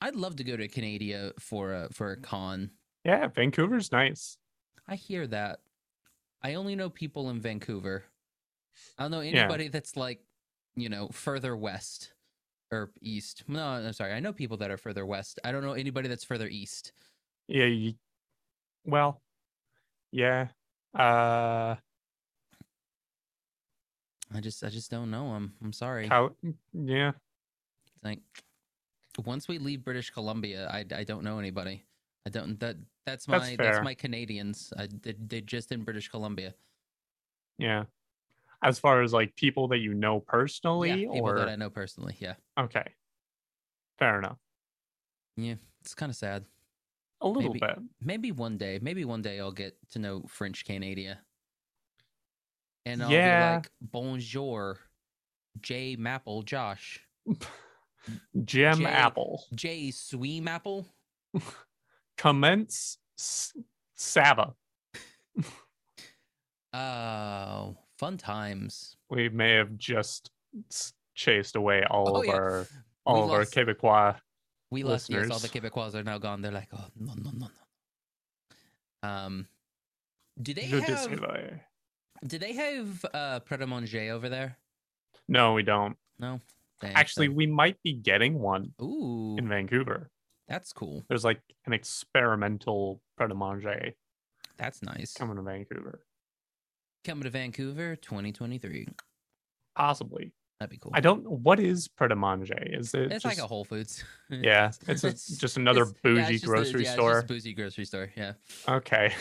I'd love to go to Canada for a for a con. Yeah, Vancouver's nice. I hear that. I only know people in Vancouver. I don't know Yeah. anybody that's like, you know, further west or east. No, I'm sorry. I know people that are further west. I don't know anybody that's further east. Yeah, you, well, yeah. Uh, I just I just don't know them. I'm sorry. cow, yeah, Like once we leave British Columbia, I I don't know anybody. I don't that that's my That's that's, fair. my Canadians. I they, they just in British Columbia. yeah. As far as like people that you know Yeah, personally, people or that I know personally. Yeah. okay, fair enough. It's kind of sad. A little Maybe. bit. Maybe one day, maybe one day I'll get to know French Canada. And I'll Yeah. be like, bonjour, J Mapple Josh. Gem Jay- apple J Swee Mapple. commence s- Sava. Oh, fun times. We may have just s- chased away all Oh, of yeah. our all of lost- our Quebecois. We lost yes, all the listeners. Quebecois are now gone. They're like, oh no no no no. Um do they Je have disavoue. do they have uh Pret a Manger over there? No, we don't. No. Dang, Actually, so- we might be getting one Ooh, in Vancouver. that's cool. There's like an experimental Pret a Manger That's nice. coming to Vancouver. Coming to Vancouver 2023. Possibly. That'd be cool. I don't. What is Pret a Manger? Is it? It's just, like a Whole Foods. Yeah, it's, a- just another it's- yeah, bougie it's just a- grocery yeah, it's store. just bougie grocery store. Yeah. Okay.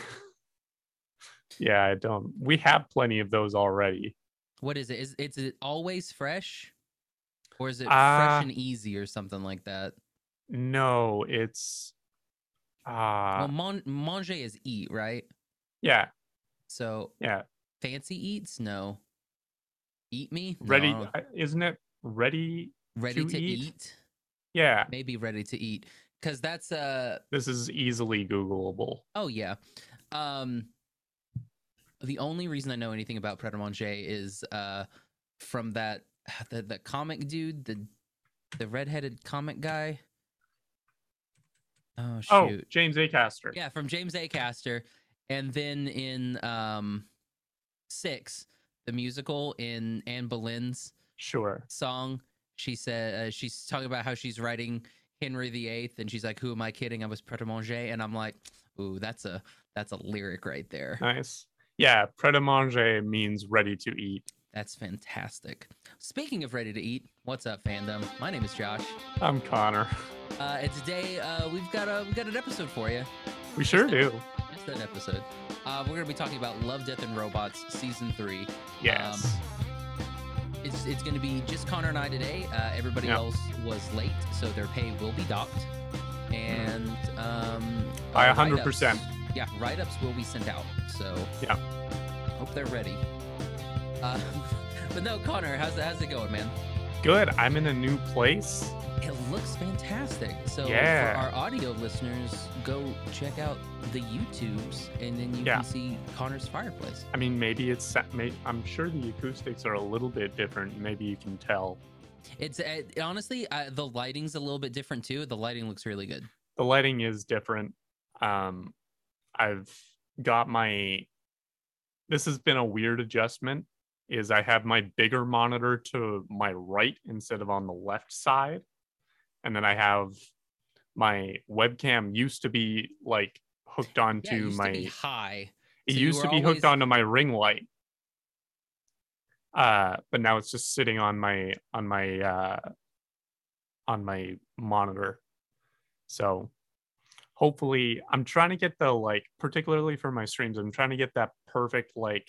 yeah, I don't. We have plenty of those already. What is it? Is it's it always fresh, or is it Uh, fresh and easy, or something like that? No, it's. Ah, well, mon- manger is eat, right? yeah, So yeah. fancy eats, no. Eat me, No, I Ready, don't- I- isn't it? Ready? ready to to, eat? eat? Yeah, maybe ready to eat, because that's uh this is easily Googleable. Oh yeah. Um the only reason I know anything about Pret a Manger is uh from that the, the comic dude, the the redheaded comic guy. Oh shoot. Oh, James Acaster. Yeah, from James A. Caster. And then in um six, the musical in Anne Boleyn's Sure. song. She said uh, she's talking about how she's writing Henry VIII, and she's like, "Who am I kidding? I was Pret a Manger," and I'm like, "Ooh, that's a that's a lyric right there. Nice. Yeah, Pret a Manger means ready to eat. That's fantastic." Speaking of ready to eat, what's up, fandom? My name is Josh, I'm Connor. uh, and today uh, we've got a we've got an episode for you. We sure Yes, do. Just an episode. Uh, we're gonna be talking about Love, Death, and Robots season three. Yes. It's it's gonna be just Connor and I today. Uh, everybody Yeah. else was late, so their pay will be docked. And um, By uh, 100%. write-ups- Yeah, write ups will be sent out. So Yeah. hope they're ready. Uh, but no, Connor, how's how's it going, man? Good. I'm in a new place. It looks fantastic. So Yeah. for our audio listeners, go check out the YouTubes, and then you Yeah. can see Connor's fireplace. I mean, maybe it's. sa- may- I'm sure the acoustics are a little bit different. Maybe you can tell. It's it, honestly uh, the lighting's a little bit different too. The lighting looks really good. The lighting is different. Um, I've got my. This has been a weird adjustment. Is I have my bigger monitor to my right instead of on the left side, and then I have my webcam used to be like hooked onto yeah, it used my. to be high. it So you used to were be always- hooked onto my ring light uh but now it's just sitting on my on my uh on my monitor so hopefully i'm trying to get the like particularly for my streams i'm trying to get that perfect like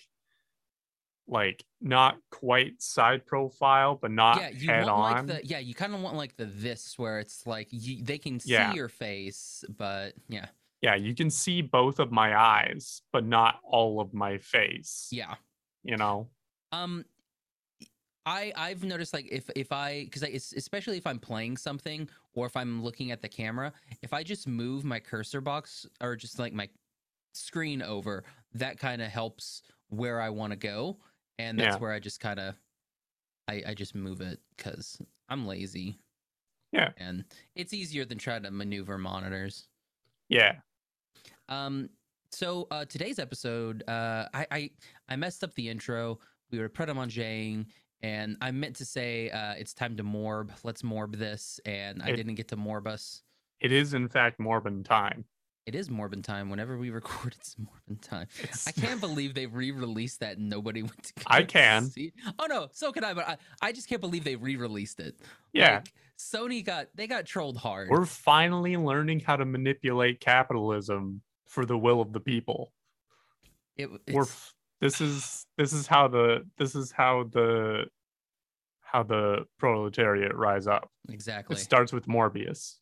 like not quite side profile but not yeah, you head want on like the yeah, you kind of want like the this where it's like you, they can see Yeah. your face, but yeah, yeah you can see both of my eyes but not all of my face yeah. you know Um, I I've noticed like if if I because I es- especially if I'm playing something or if I'm looking at the camera, if I just move my cursor box or just like my screen over, that kind of helps where I want to go, and that's Yeah. where I just kind of I I just move it because I'm lazy. Yeah. and it's easier than trying to maneuver monitors. Yeah. Um, so uh, today's episode, uh, I, I I messed up the intro. We were pretemangeing, and I meant to say uh, it's time to morb. Let's morb this, and I It- didn't get to morb us. It is in fact Morbin time. It is Morbin time. Whenever we record, it's Morbin time. It's- I can't believe they re-released that. And nobody went to. I go can. see it. Oh no, so can I. But I, I just can't believe they re-released it. yeah. Like, Sony got they got trolled hard. We're finally learning how to manipulate capitalism for the will of the people. It- We're it's- f- this is this is how the this is how the how the proletariat rise up. exactly. It starts with Morbius.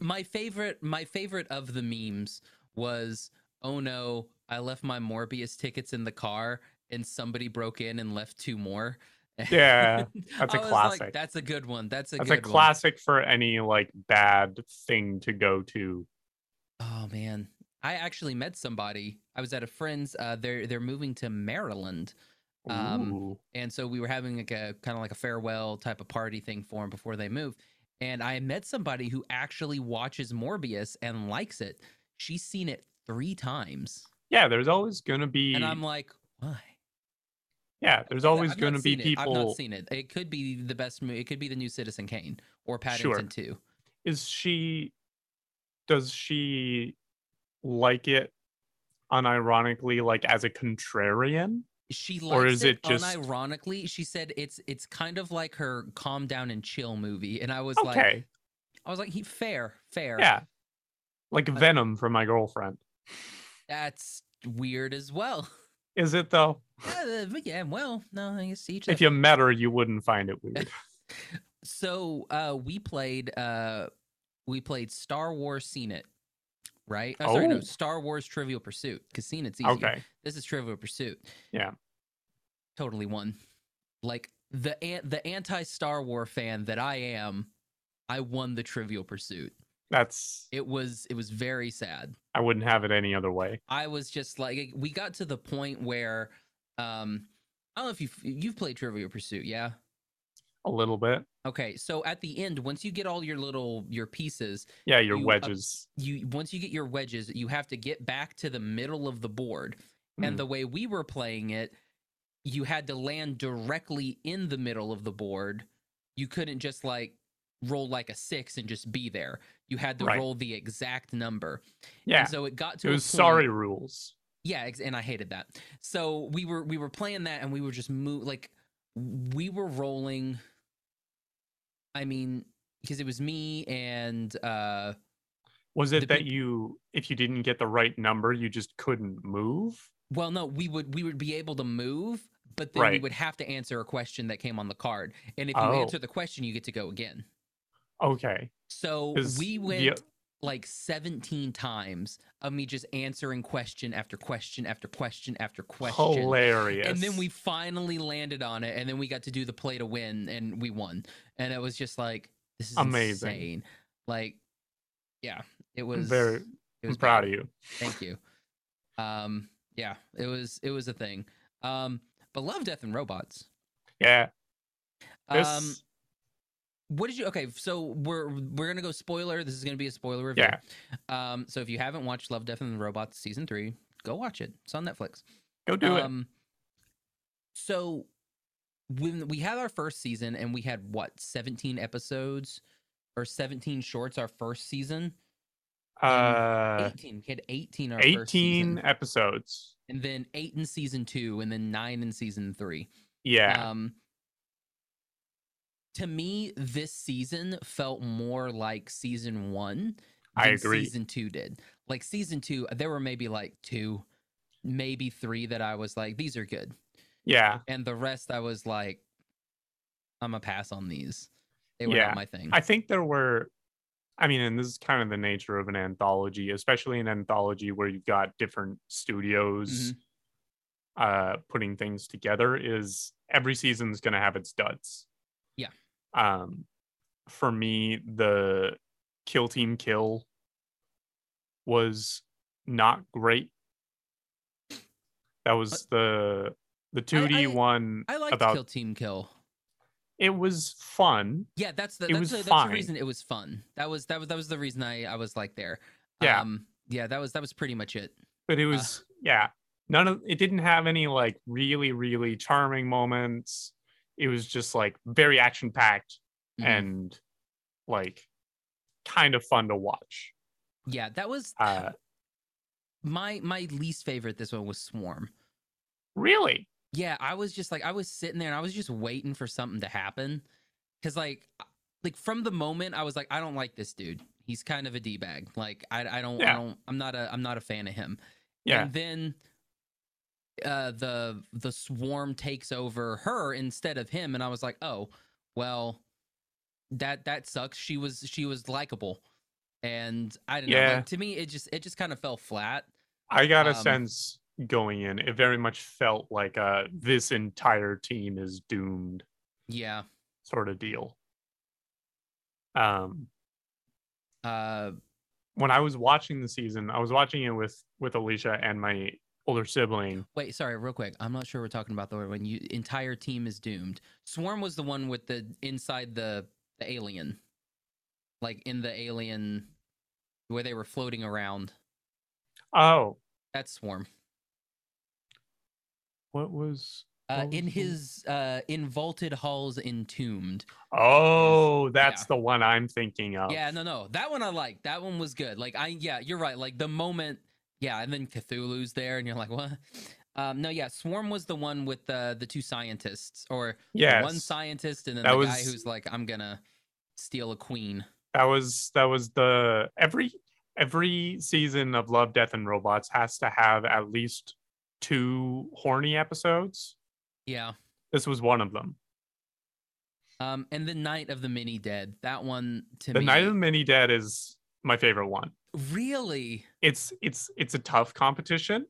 my favorite my favorite of the memes was oh no i left my morbius tickets in the car and somebody broke in and left two more Yeah, that's a a classic. that's a good one that's a That's a good classic for any like bad thing to go to. one. oh man i actually met somebody i was at a friend's uh they're they're moving to maryland Um, Ooh. and so we were having like a kind of like a farewell type of party thing for him before they move and i met somebody who actually watches morbius and likes it she's seen it three times yeah, there's always gonna be and i'm like why yeah, there's I've- always I've not gonna be seen it. I've people. not seen it. It could be the best movie. It could be the new Citizen Kane or Sure. Paddington Two. is she does she like it unironically like as a contrarian She likes Or is it, it just- unironically. She said it's it's kind of like her calm down and chill movie, and I was like, okay I was like, he fair, fair. yeah like venom for my girlfriend that's weird as well. is it though yeah, the- but yeah, well, no, I guess each. if their- you met her you wouldn't find it weird so uh, we played uh, we played Star Wars Seen It, right? Oh, sorry, Oh. no, Star Wars Trivial Pursuit because Seen It's easier. okay This is Trivial Pursuit. Yeah. Totally one. Like the an- the anti Star Wars fan that I am, I won the Trivial Pursuit. that's It was it was very sad. i wouldn't have it any other way I was just like we got to the point where um I don't know if you've you've played Trivial Pursuit, yeah? a little bit Okay, so at the end, once you get all your little your pieces, yeah your You, uh, wedges you once you get your wedges, you have to get back to the middle of the board. Mm. And the way we were playing it, you had to land directly in the middle of the board. You couldn't just like roll like a six and just be there. You had to Right. roll the exact number. yeah And so it got to it a was point- sorry rules yeah, ex- and I hated that. So we were we were playing that, and we were just move like we were rolling. I mean, because it was me and uh was it the that peop- you if you didn't get the right number you just couldn't move Well, no, we would we would be able to move, but then we Right. would have to answer a question that came on the card. And if you Oh. answer the question, you get to go again. okay So 'Cause we the- went like 17 times of me just answering question after question after question after question. hilarious And then we finally landed on it, and then we got to do the play to win, and we won. And it was just like this is Amazing. insane. Like, yeah, it was very It i'm was proud bad. of you Thank you. Um, yeah, it was it was a thing. Um, but love, death, and robots. Yeah. This, Um, what did you? Okay, so we're we're gonna go spoiler. This is gonna be a spoiler review. yeah. Um, so if you haven't watched Love, Death, and Robots season three, go watch it. It's on Netflix. Go do it. um, So when we had our first season, and we had what seventeen episodes or seventeen shorts our first season. Uh, eighteen. We had eighteen. Our first season. 18 episodes. and then eight in season two, and then nine in season three. Yeah. Um, to me, this season felt more like season one I than agree. season two did. Like season two, there were maybe like two, maybe three that I was like, these are good, yeah. and the rest I was like, I'm a pass on these. They were Yeah. not my thing. I think there were, I mean, and this is kind of the nature of an anthology, especially an anthology where you've got different Mm-hmm. studios uh, putting things together, is every season's going to have its duds. Yeah. Um, for me, the Kill Team Kill was not great. That was the the 2D I- one I liked about Kill Team Kill. It was fun. Yeah, that's the It that's, was the, that's fine. the reason it was fun. That was that was that was the reason I I was like there. Yeah. Um, yeah, that was that was pretty much it. but it was yeah none of it didn't have any like really really charming moments it was just like very action packed Mhm. and like kind of fun to watch yeah, that was uh my my least favorite. This one was Swarm. really Yeah, I was just like I was sitting there and I was just waiting for something to happen cuz like I- like from the moment I was like I don't like this dude. He's kind of a D-bag. Like I I don't Yeah. I don't I'm not a I'm not a fan of him. Yeah. And then uh the the swarm takes over her instead of him and I was like, "Oh, well that that sucks. She was she was likable." And I don't know. Yeah. Like, to me it just it just kind of fell flat. i got a Um, sense going in it very much felt like uh this entire team is doomed Yeah. sort of deal um Uh when i was watching the season i was watching it with with alicia and my older sibling Wait, sorry, real quick. I'm not sure we're talking about the one when you entire team is doomed. Swarm was the one with the inside the, the alien, like in the alien where they were floating around. oh That's Swarm. what was Uh, What was in the- his uh, in vaulted halls, entombed. oh that's Yeah. the one i'm thinking of Yeah, no, no, that one I like. That one was good. Like I, yeah, you're right. Like the moment, yeah, and then Cthulhu's there, and you're like, what? Um, no, yeah, Swarm was the one with the the two scientists, or yes one scientist and then That the guy was- who's like i'm gonna steal a queen that was that was the every every season of love death and robots has to have at least two horny episodes yeah this was one of them um and the night of the mini dead that one to the me night of the mini dead is my favorite one really it's it's it's a tough competition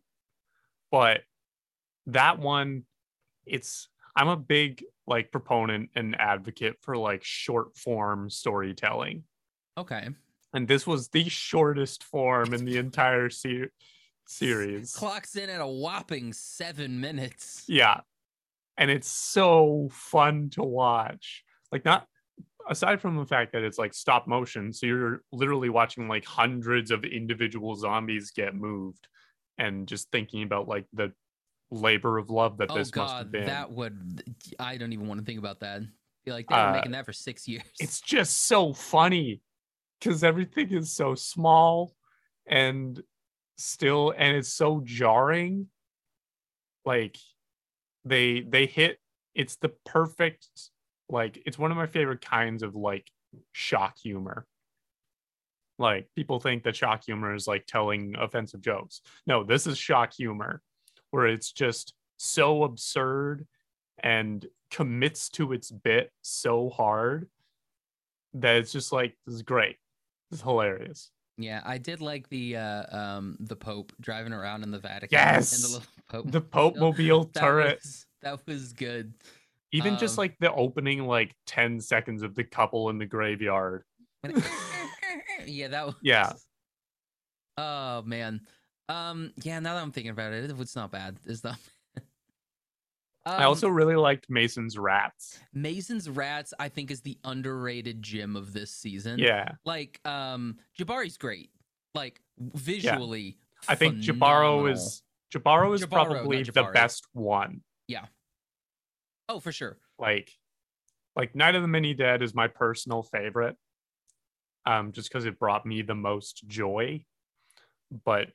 but that one it's i'm a big like proponent and advocate for like short form storytelling okay and this was the shortest form in the entire se- series. clocks in at a whopping seven minutes yeah, and it's so fun to watch. Like not aside from the fact that it's like stop motion, so you're literally watching like hundreds of individual zombies get moved, and just thinking about like the labor of love that oh this must have god been. that would i don't even want to think about that feel like they've been Uh, making that for six years it's just so funny because everything is so small and still and it's so jarring like they they hit it's the perfect like it's one of my favorite kinds of like shock humor like people think that shock humor is like telling offensive jokes no this is shock humor where it's just so absurd and commits to its bit so hard that it's just like this is great this is hilarious yeah i did like the uh um the pope driving around in the vatican and Yes! the little pope the pope mobile That turret was- that was good even just um, like the opening like 10 seconds of the couple in the graveyard And it- yeah, that was. Yeah. Oh man. Um. Yeah. Now that I'm thinking about it, it's not bad. It's not. i Um, also really liked mason's rats Mason's Rats. I think is the underrated gem of this season. yeah Like, um, Jabari's great. Like visually. i think jabaro is jabaro Jabaro, is not probably the Jabari. best one phenomenal. Oh, for sure. like like night of the mini dead is my personal favorite um just because it brought me the most joy but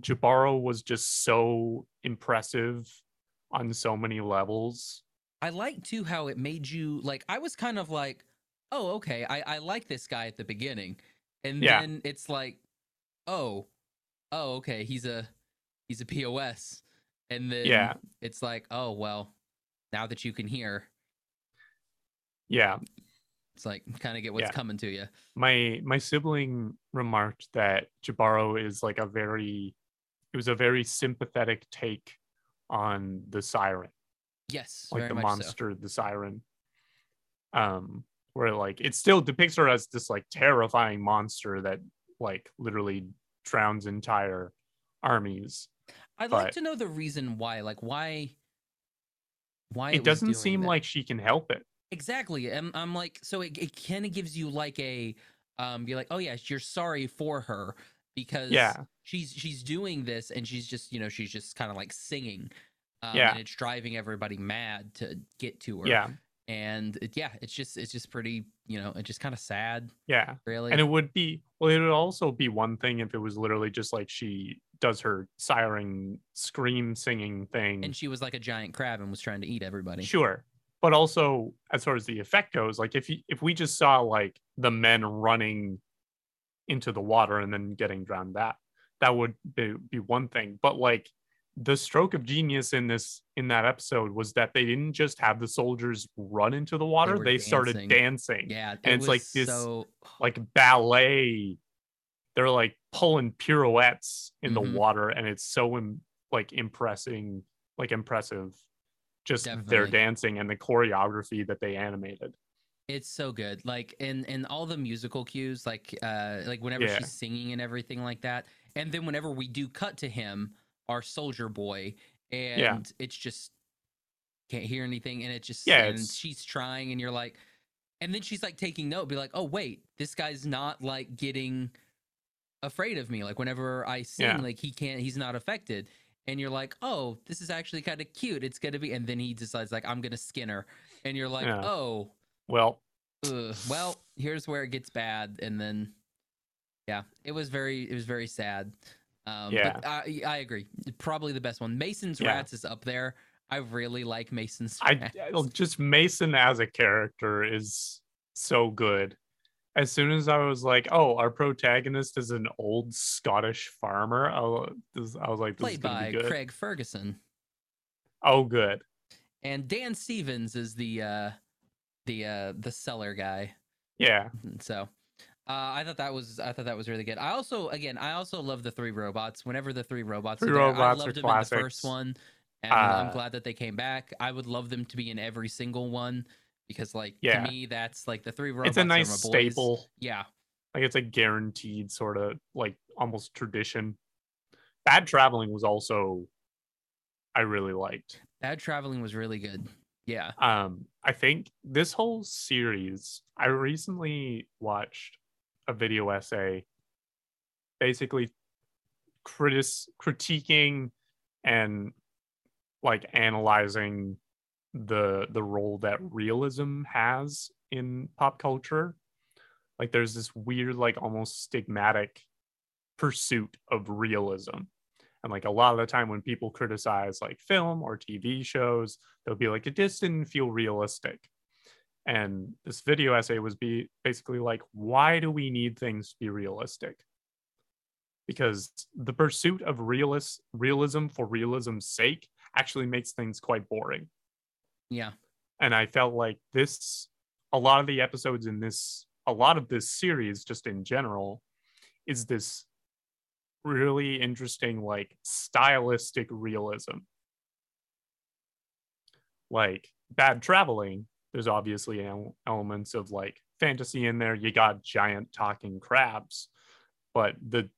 jabaro was just so impressive on so many levels I like too how it made you like I was kind of like, oh, okay, I, I like this guy at the beginning. And Yeah. then it's like, oh, oh, okay, he's a he's a POS. And then Yeah. it's like, oh well, now that you can hear, yeah it's like kind of get what's Yeah. coming to you. my my sibling remarked that jabaro is like a very it was a very sympathetic take on the siren Yes. like very the much monster the siren um where like it still depicts her as this like terrifying monster that like literally drowns entire armies So. I'd like but- to know the reason why. Like why why it was doesn't doing seem that. like she can help it Exactly. I'm, I'm like, so it, it kind of gives you like a, um, you're like, oh yeah, you're sorry for her because Yeah. she's she's doing this and she's just you know she's just kind of like singing, um, Yeah. and it's driving everybody mad to get to her. Yeah. And it, yeah, it's just it's just pretty you know it's just kind of sad Yeah. really. And it would be well, it would also be one thing if it was literally just like she does her siren scream singing thing. and she was like a giant crab and was trying to eat everybody. Sure. But also as far as the effect goes, like if you, if we just saw like the men running into the water and then getting drowned that that would be, be one thing. But like the stroke of genius in this in that episode was that they didn't just have the soldiers run into the water, were they, started dancing. dancing. Yeah, it And it's like was this- So Like ballet. They're like pulling pirouettes in Mhm. the water and it's so Im- like impressing like impressive just their Definitely. dancing and the choreography that they animated. It's so good. Like and and all the musical cues, like uh like whenever Yeah. she's singing and everything like that. And then whenever we do cut to him, our soldier boy, and it's just can't hear anything and it just Yeah, and it's- she's trying and you're like and then she's like taking note, be like, Oh wait, this guy's not like getting afraid of me. Like whenever I sing, Yeah. like he can't he's not affected. And you're like, oh, this is actually kind of cute. It's gonna be, and then he decides like I'm gonna skin her, and you're like, Yeah. oh, Well, Ugh, well, here's where it gets bad, and then yeah, it was very it was very sad. Um, Yeah. but I, I agree. Probably the best one. Mason's Yeah. Rats is up there. I really like Mason's I Rats. well, just Mason as a character is so good. As soon as I was like, "Oh, our protagonist is an old Scottish farmer," I was, I was like, "This is played gonna by be good." Craig Ferguson Oh, good. and Dan Stevens is the uh, the uh, the seller guy. Yeah, So. Uh, I thought that was I thought that was really good. I also again I also love the three robots. Whenever the three robots Three are there, robots I are loved them in the classics. first one, and I'm Uh, glad that they came back. I would love them to be in every single one because, like, Yeah. to me, that's like the three robots. it's a are my nice boys. staple. Yeah, Like it's a guaranteed sort of like almost tradition. Bad traveling was also I really liked. bad traveling was really good. Yeah, um i think this whole series i recently watched a video essay basically critis- critiquing and like analyzing the the role that realism has in pop culture like there's this weird like almost stigmatic pursuit of realism and like a lot of the time when people criticize like film or tv shows they'll be like it just didn't feel realistic and this video essay was be basically like why do we need things to be realistic because the pursuit of realist realism for realism's sake actually makes things quite boring yeah, and i felt like this a lot of the episodes in this a lot of this series just in general is this really interesting like stylistic realism like bad traveling there's obviously el- elements of like fantasy in there you got giant talking crabs but the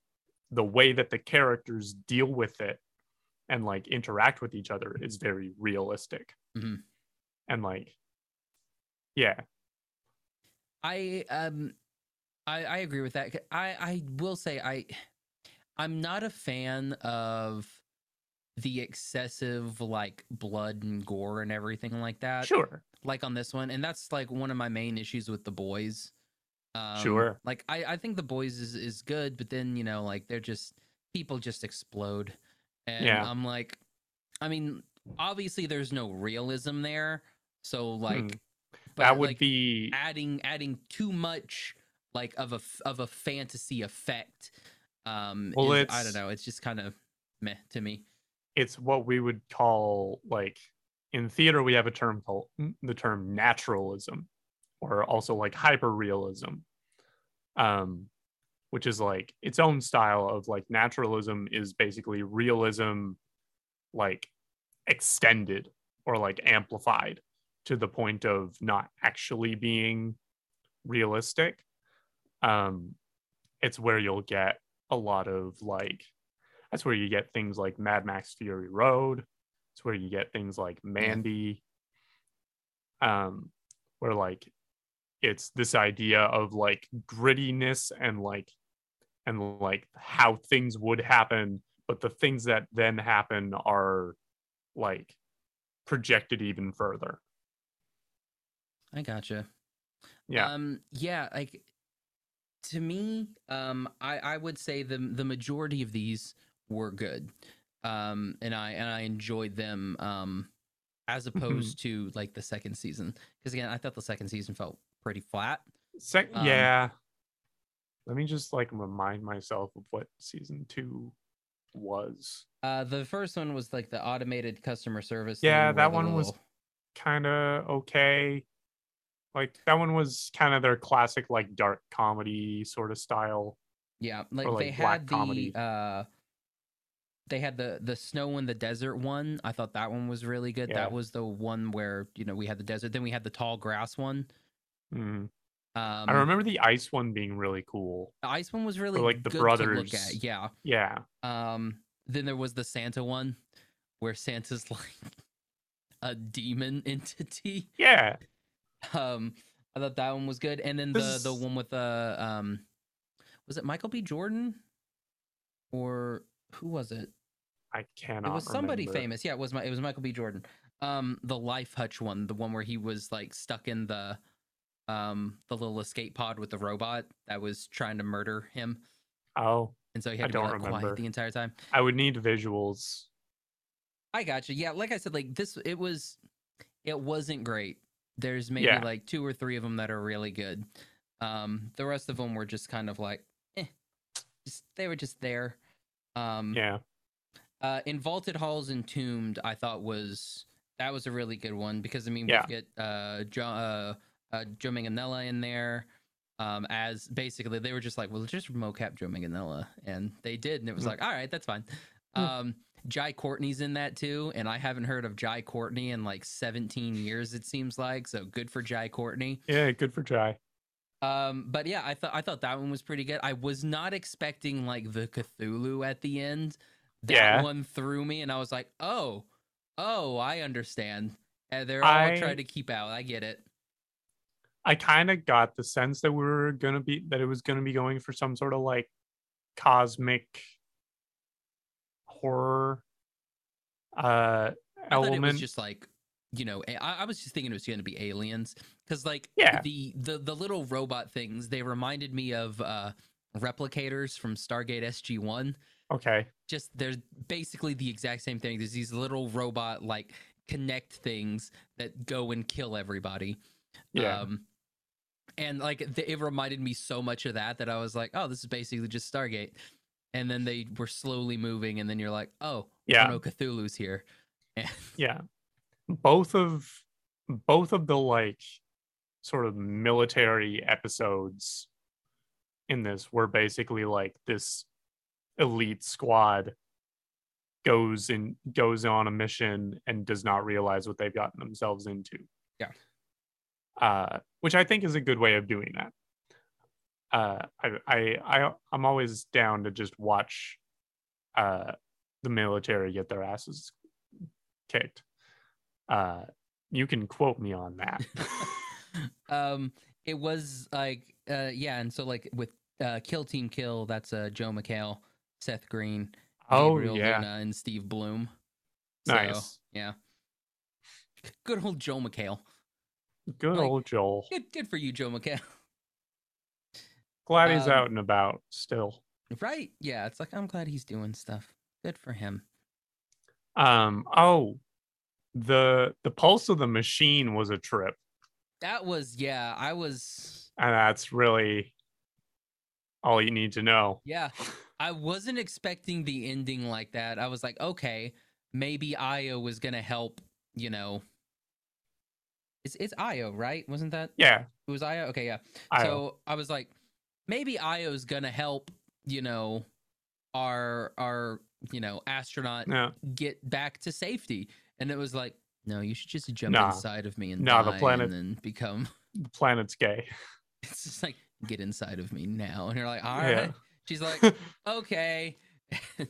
the way that the characters deal with it and like interact with each other is very realistic Mhm. and like yeah I um, I I agree with that. C- I I will say I I'm not a fan of the excessive like blood and gore and everything like that. sure like on this one, and that's like one of my main issues with the boys. Um, Sure. Like I, I think the boys is is good, but then you know, like they're just people just explode, and Yeah. I'm like, I mean, obviously there's no realism there, so like, Hmm. but, that would like, be adding adding too much like of a f- of a fantasy effect. Um, Well, is- I it's- don't know. It's just kind of meh to me. it's what we would call like in theater we have a term called the term naturalism or also like hyperrealism um which is like its own style of like naturalism is basically realism like extended or like amplified to the point of not actually being realistic um it's where you'll get a lot of like that's where you get things like Mad Max Fury Road. It's where you get things like Mandy. Um, where like it's this idea of like grittiness and like and like how things would happen but the things that then happen are like projected even further I gotcha. Yeah. Um. Yeah. Like to me, um, I I would say the the majority of these were good, um, and I and I enjoyed them, um, as Mm-hmm. opposed to like the second season because again I thought the second season felt pretty flat. Sec- Um, yeah let me just like remind myself of what season two was Uh, the first one was like the automated customer service. thing Yeah, where that the one was- little- kind of okay like that one was kind of their classic like dark comedy sort of style Yeah, like, like, they black had comedy. the uh they had the the snow in the desert one. I thought that one was really good. Yeah. That was the one where, you know, we had the desert, then we had the tall grass one. Mm. Um I remember the ice one being really cool. the ice one was really like, the good to look brothers. at. Yeah. Yeah. Um then there was the Santa one where Santa's like a demon entity. Yeah. Um I thought that one was good. And then This the the is- one with uh um was it Michael B. Jordan? Or who was it? I cannot. it was somebody remember. famous yeah it was my it was michael b jordan um the life hutch one the one where he was like stuck in the um the little escape pod with the robot that was trying to murder him Oh, and so he I had to be don't like, quiet remember. the entire time I would need visuals. i got you yeah like i said like this it was it wasn't great there's maybe Yeah. like two or three of them that are really good um the rest of them were just kind of like eh, just they were just there um Yeah. Uh, in Vaulted Halls Entombed, I thought was that was a really good one because I mean Yeah. we get uh, jo- uh, uh, Joe Manganiello in there um, as basically they were just like, well, just mocap Joe Manganiello, and they did, and it was Mm. like, all right, that's fine. Mm. Um, Jai Courtney's in that too, and I haven't heard of Jai Courtney in like 17 years, it seems like. So good for Jai Courtney. Yeah. Good for Jai. Um, but yeah, I thought I thought that one was pretty good. I was not expecting like the Cthulhu at the end. That Yeah. one threw me, and I was like, "Oh, oh, I understand." And they're all I- trying to keep out. I get it. I kind of got the sense that we were gonna be that it was gonna be going for some sort of like cosmic horror uh I thought it was element. just like you know, a- I, I was just thinking it was going to be aliens because like Yeah. the the the little robot things they reminded me of uh replicators from Stargate SG One. okay. just they're basically the exact same thing. There's these little robot like connect things that go and kill everybody. Yeah. Um, and like th- it reminded me so much of that that I was like, oh, this is basically just Stargate. And then they were slowly moving, and then you're like, oh, yeah. oh no, Cthulhu's here. And yeah both of both of the like sort of military episodes in this were basically like this elite squad goes and goes on a mission and does not realize what they've gotten themselves into Yeah. uh which i think is a good way of doing that uh i i, I i'm always down to just watch uh the military get their asses kicked. Uh, you can quote me on that. um, it was like, uh, yeah, and so like with uh, Kill Team Kill, that's uh, Joe McHale, Seth Green, oh Gabriel yeah, Luna and Steve Bloom. Nice. Yeah. Good old Joe McHale. good like- old Joel. Good good for you, Joe McHale. Glad he's um, out and about still. Right? Yeah, it's like I'm glad he's doing stuff. Good for him. Um, oh, the the pulse of the machine was a trip, That was yeah, I was and that's really all you need to know. yeah. I wasn't expecting the ending like that. I was like, okay, maybe Io was gonna help, you know. It's it's Io, right? Wasn't that Yeah, it was Io? Okay, yeah. I So I was like, maybe Io's gonna help, you know, our our you know astronaut no, get back to safety. And it was like, no, you should just jump Nah. inside of me and Nah, the die planet- and then become. the planet's gay. It's just like get inside of me now, and you're like, all right. Yeah. She's like, okay. And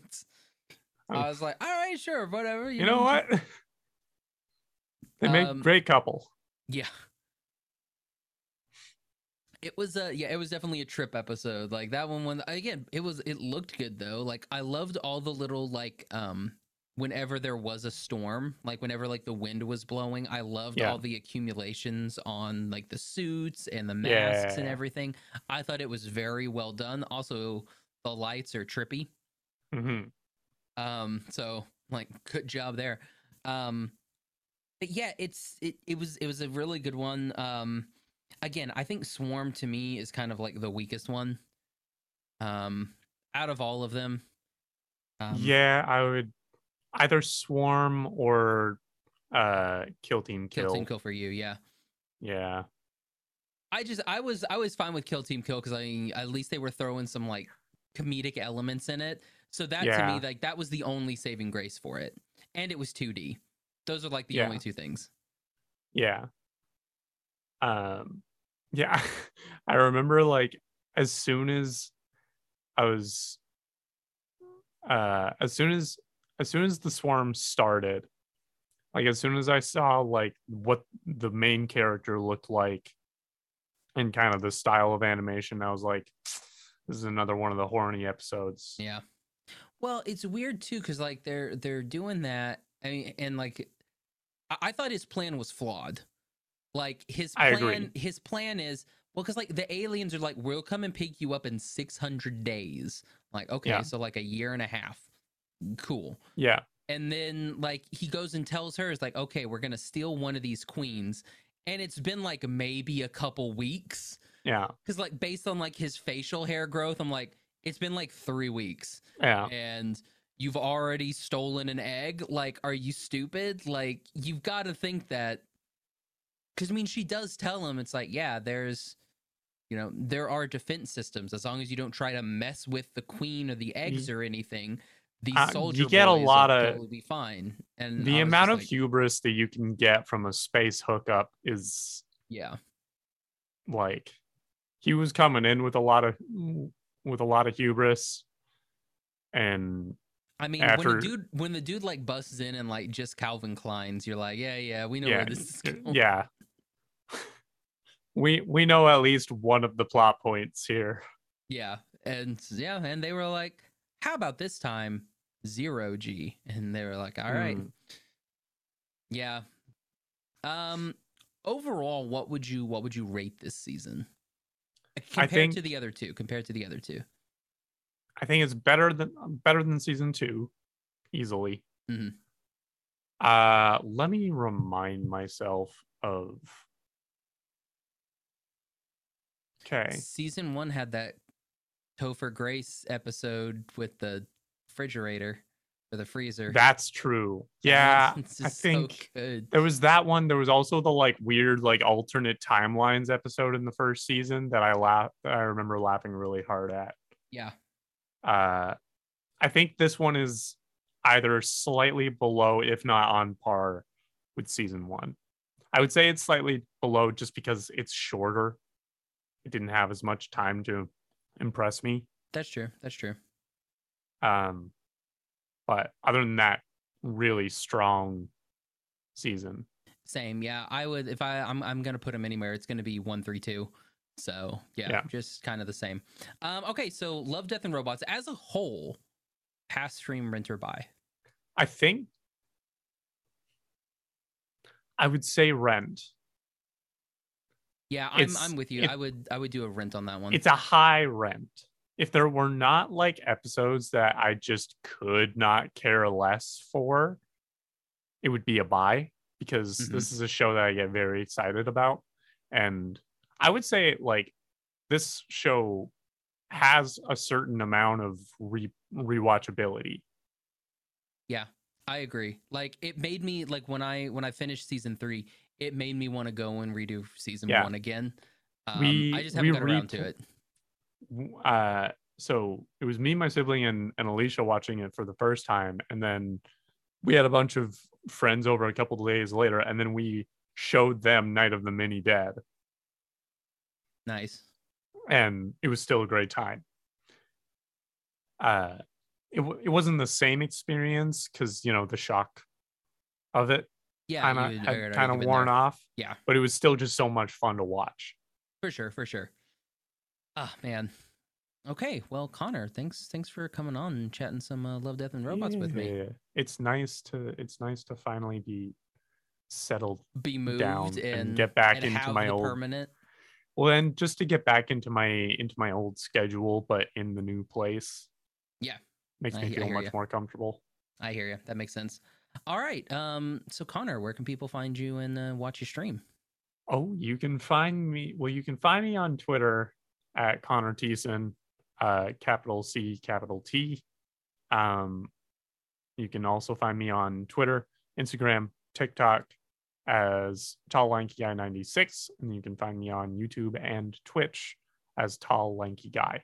Um, I was like, all right, sure, whatever. You know what? They make Um, great couple. Yeah. It was a yeah, it was definitely a trip episode. Like that one when again, it was it looked good though. Like I loved all the little like um whenever there was a storm, like whenever like the wind was blowing, I loved Yeah. all the accumulations on like the suits and the masks and Yeah. everything. I thought it was very well done. Also, the lights are trippy. Mhm. Um, so like good job there. Um but yeah, it's it, it was it was a really good one. Um again, I think Swarm to me is kind of like the weakest one. Um out of all of them. Um, yeah, I would either swarm or uh kill team Kill kill. Team Kill for you, yeah. Yeah. I just I was I was fine with Kill Team Kill because I at least they were throwing some like comedic elements in it. So that to Yeah. me, like that was the only saving grace for it. And it was 2D. Those are like the Yeah. only two things. Yeah. Um yeah, I remember like as soon as I was uh as soon as as soon as the swarm started, like as soon as I saw like what the main character looked like and kind of the style of animation, I was like this is another one of the horny episodes. Yeah. Well, it's weird too because like they're they're doing that. I mean, and like I, I thought his plan was flawed. Like his I plan, agree. his plan is well because like the aliens are like we'll come and pick you up in six hundred days. Like okay, Yeah. so like a year and a half. Cool. Yeah. And then like he goes and tells her, it's like, okay, we're gonna steal one of these queens. And it's been like maybe a couple weeks. Yeah. Cause like based on like his facial hair growth, I'm like, it's been like three weeks Yeah. and you've already stolen an egg. Like, are you stupid? Like, you've got to think that. Because, I mean, she does tell him, it's like, yeah, there's, you know, there are defense systems. As long as you don't try to mess with the queen or the eggs or anything, these Mm. Uh, you soldier get a boys lot will of- totally be fine. And I The was amount of just like, hubris that you can get from a space hookup is yeah, like he was coming in with a lot of with a lot of hubris and I mean, when after- the dude when the dude like busts in and like just Calvin Klein's, you're like, yeah, yeah, we know yeah where this is going. yeah we we know at least one of the plot points here Yeah. And s- yeah, and they were like, how about this time? Zero G. And they were like, all right. Mm. Yeah. Um overall, what would you what would you rate this season? Uh, Compared to think- the other two. Compared to the other two. i think it's better than better than season two easily Mhm. uh let me remind myself of okay Season one had that Topher Grace episode with the refrigerator or the freezer. that's true yeah It's I just so think- good. There was that one. There was also the like weird like alternate timelines episode in the first season that I laugh. I remember laughing really hard at. Yeah. Uh, I think this one is either slightly below, if not on par, with season one. I would say it's slightly below just because it's shorter. It didn't have as much time to impress me. That's true. That's true. Um, but other than that, really strong season. Same, yeah. I would if I I'm I'm gonna put them anywhere. It's gonna be one three two. So yeah, Yeah. just kind of the same. Um, okay, so Love, Death, and Robots as a whole, pass stream renter buy. I think I would say rent. Yeah, I'm It's- I'm with you. it- I would I would do a rent on that one. It's a high rent. If there were not like episodes that I just could not care less for, it would be a buy because Mhm. this is a show that I get very excited about. And I would say like this show has a certain amount of re- rewatchability. I agree. Like it made me like when I when I finished season three, it made me want to go and redo season Yeah. one again. Um, We- I just we haven't got around to repl- it. w- uh so it was me my sibling and, and alicia watching it for the first time and then we had a bunch of friends over a couple of days later and then we showed them night of the mini dead Nice. and it was still a great time uh it, w- it wasn't the same experience because you know the shock of it Yeah, kind you of had already kind of been worn there. off Yeah. but it was still just so much fun to watch for sure, for sure. Ah man. Okay, well, Connor, thanks thanks for coming on and chatting some uh, Love, Death, and Robots with me. Yeah. It's nice to it's nice to finally be settled Be moved down and, and, get back and into have my the old permanent. well and just to get back into my into my old schedule but in the new place. Yeah. Makes I me he- I feel hear much ya. more comfortable. I hear you. That makes sense. All right. Um. So Connor, where can people find you and uh, watch you stream? Oh, you can find me. Well, you can find me on Twitter at Connor Thiessen, uh, capital C, capital T. Um, you can also find me on Twitter, Instagram, TikTok as Tall Lanky Guy 96. And you can find me on YouTube and Twitch as Tall Lanky Guy.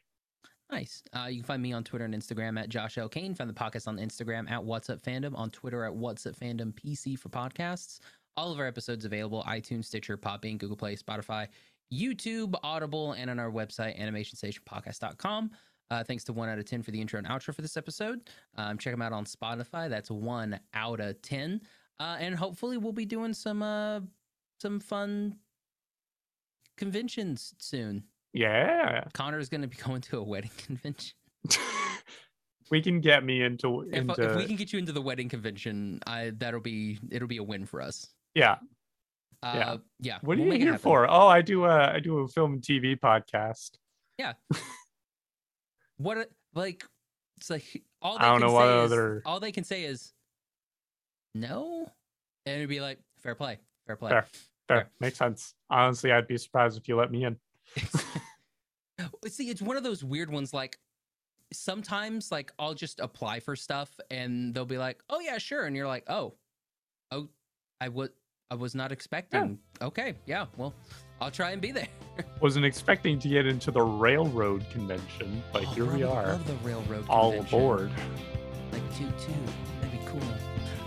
Nice. Uh, you can find me on Twitter and Instagram at Josh L. Kane. Find the podcast on Instagram at What's Up Fandom, on Twitter at What's Up Fandom PC for podcasts. All of our episodes available iTunes, Stitcher, Podbean, Google Play, Spotify, YouTube, Audible, and on our website, animationstationpodcast.com. Uh, thanks to 1 out of 10 for the intro and outro for this episode. Um, check them out on Spotify. That's 1 out of 10. Uh, and hopefully we'll be doing some uh, some fun conventions soon. Yeah. Connor's going to be going to a wedding convention. we can get me into, If, into if we can get you into the wedding convention, I that'll be it'll be a win for us. yeah. Uh, Yeah. yeah. What are we'll you make it here happen. for? Oh, I do a, I do a film and TV podcast. What a- like it's like all they I don't can say know what is, other- all they can say is no, and it'd be like fair play, fair play. Fair. Fair. Fair. Makes sense. Honestly, I'd be surprised if you let me in. Oh, See, it's one of those weird ones. Like sometimes, like I'll just apply for stuff, and they'll be like, "Oh yeah, sure," and you're like, "Oh, oh, I was I was not expecting." Okay, yeah, well, I'll try and be there. Wasn't expecting to get into the railroad convention, but Oh, here bro, we I would are, love the railroad all convention. aboard. Like two two, that'd be cool.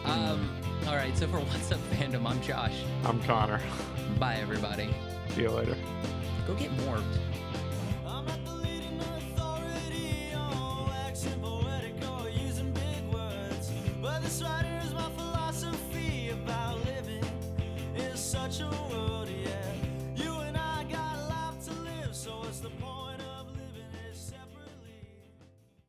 Um, all right. So for what's up fandom, I'm Josh. I'm Connor. Bye everybody. See you later. Go get morphed. I'm not the leading authority on action poetic or using big words. But this right here is my philosophy about living in such a world.